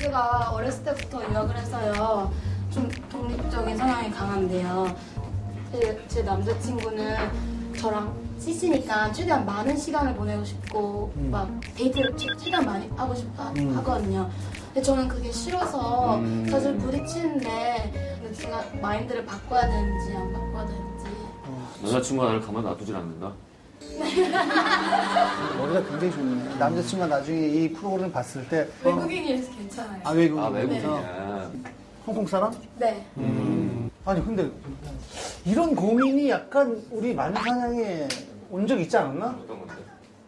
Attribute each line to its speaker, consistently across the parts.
Speaker 1: 제가 어렸을 때부터 유학을 해서요. 좀 독립적인 성향이 강한데요. 제, 제 남자친구는 저랑 CC니까 최대한 많은 시간을 보내고 싶고
Speaker 2: 음.
Speaker 1: 막 데이트를 최, 최대한 많이 하고 싶다
Speaker 2: 음.
Speaker 1: 하거든요. 근데 저는 그게 싫어서
Speaker 3: 음.
Speaker 1: 자주 부딪히는데 근데 제가 마인드를 바꿔야 되는지 안 바꿔야 되는지
Speaker 3: 여자친구가 나를 가만 놔두질 않는다.
Speaker 2: 머리가 굉장히 좋네. 남자친구가 나중에 이 프로그램 봤을 때 어,
Speaker 1: 외국인이라서 괜찮아요.
Speaker 2: 아 외국인
Speaker 3: 아 외국인이야.
Speaker 2: 홍콩 사람?
Speaker 1: 네.
Speaker 2: 아니 근데 이런 고민이 약간 우리 만사냥에 온 적 있지 않았나?
Speaker 3: 어떤 건데?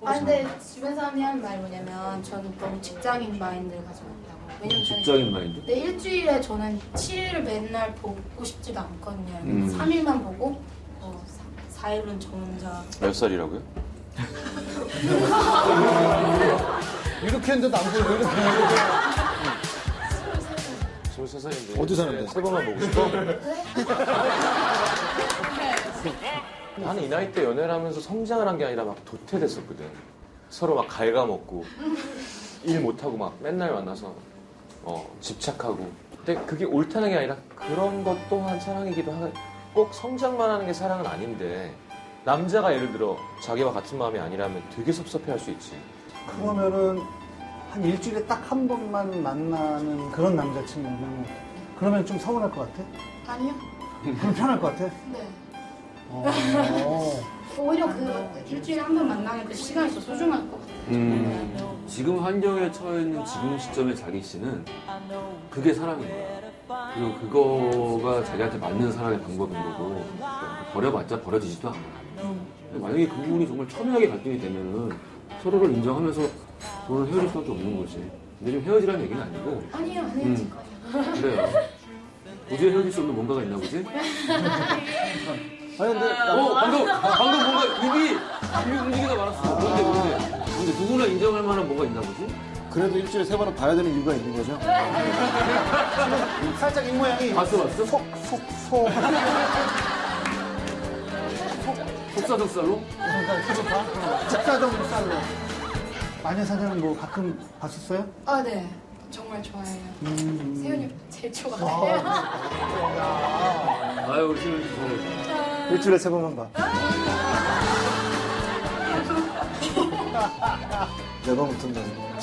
Speaker 1: 아 근데 주변 사람이 하는 말이 뭐냐면 저는 너무 직장인 마인드를 가지고 있다고 왜냐면 저는
Speaker 3: 직장인 마인드?
Speaker 1: 내 일주일에 저는 7일을 맨날 보고 싶지도 않거든요
Speaker 3: 음.
Speaker 1: 3일만 보고 어, 4일은 저 혼자
Speaker 4: 몇 살이라고요?
Speaker 2: 이렇게 했는데도 안 보이고 이렇게 했는데
Speaker 4: 23살인데.
Speaker 2: 어디 사는데?
Speaker 4: 세 번만 보고 싶어? 나는 이 나이 때 연애를 하면서 성장을 한 게 아니라 막 도태됐었거든. 서로 막 갉아먹고, 일 못하고 막 맨날 만나서, 어, 집착하고. 근데 그게 옳다는 게 아니라 그런 것 또한 사랑이기도 하는, 꼭 성장만 하는 게 사랑은 아닌데, 남자가 예를 들어 자기와 같은 마음이 아니라면 되게 섭섭해 할 수 있지.
Speaker 2: 그러면은 한 일주일에 딱 한 번만 만나는 그런 남자친구면 그러면 좀 서운할 것 같아?
Speaker 1: 아니요?
Speaker 2: 그럼 편할 것 같아?
Speaker 1: 네
Speaker 2: 어.
Speaker 1: 오히려 그 일주일에 한 번 만나는 그 시간이 더 소중할 것 같아요
Speaker 3: 음. 지금 환경에 처해 있는 지금 시점의 자기 씨는 그게 사랑인 거야. 그리고 그거가 자기한테 맞는 사랑의 방법인 거고 버려봤자 버려지지도 않아. 근데 만약에 그 부분이 정말 첨예하게 갈등이 되면은 서로를 인정하면서 서로 헤어질 수밖에 없는 거지. 근데 좀 헤어지라는 얘기는 아니고
Speaker 1: 아니요 안 헤어질 거예요
Speaker 3: 그래요. 도저히 헤어질 수 없는 뭔가가 있나 보지?
Speaker 2: 아니 근데 나-
Speaker 3: 어, 방금, 방금 뭔가 입이, 입이 움직이다 말았어. 뭔데, 뭔데. 근데 누구나 인정할 만한 뭐가 있나 보지?
Speaker 5: 그래도 일주일에 세 번은 봐야 되는 이유가 있는 거죠.
Speaker 2: 살짝 입 모양이
Speaker 3: 봤어, 봤어? 속,
Speaker 2: 속속
Speaker 3: 속사속살로?
Speaker 2: 직사정 쌀로 마녀사냥은 뭐 가끔 봤었어요?
Speaker 1: 아네 정말 좋아해요 세윤이 오빠 제일 좋아해요
Speaker 2: 아,
Speaker 3: 아유, 우리 신은 죄송해요.
Speaker 5: 일주일에 세 번만 봐. 네 번부터는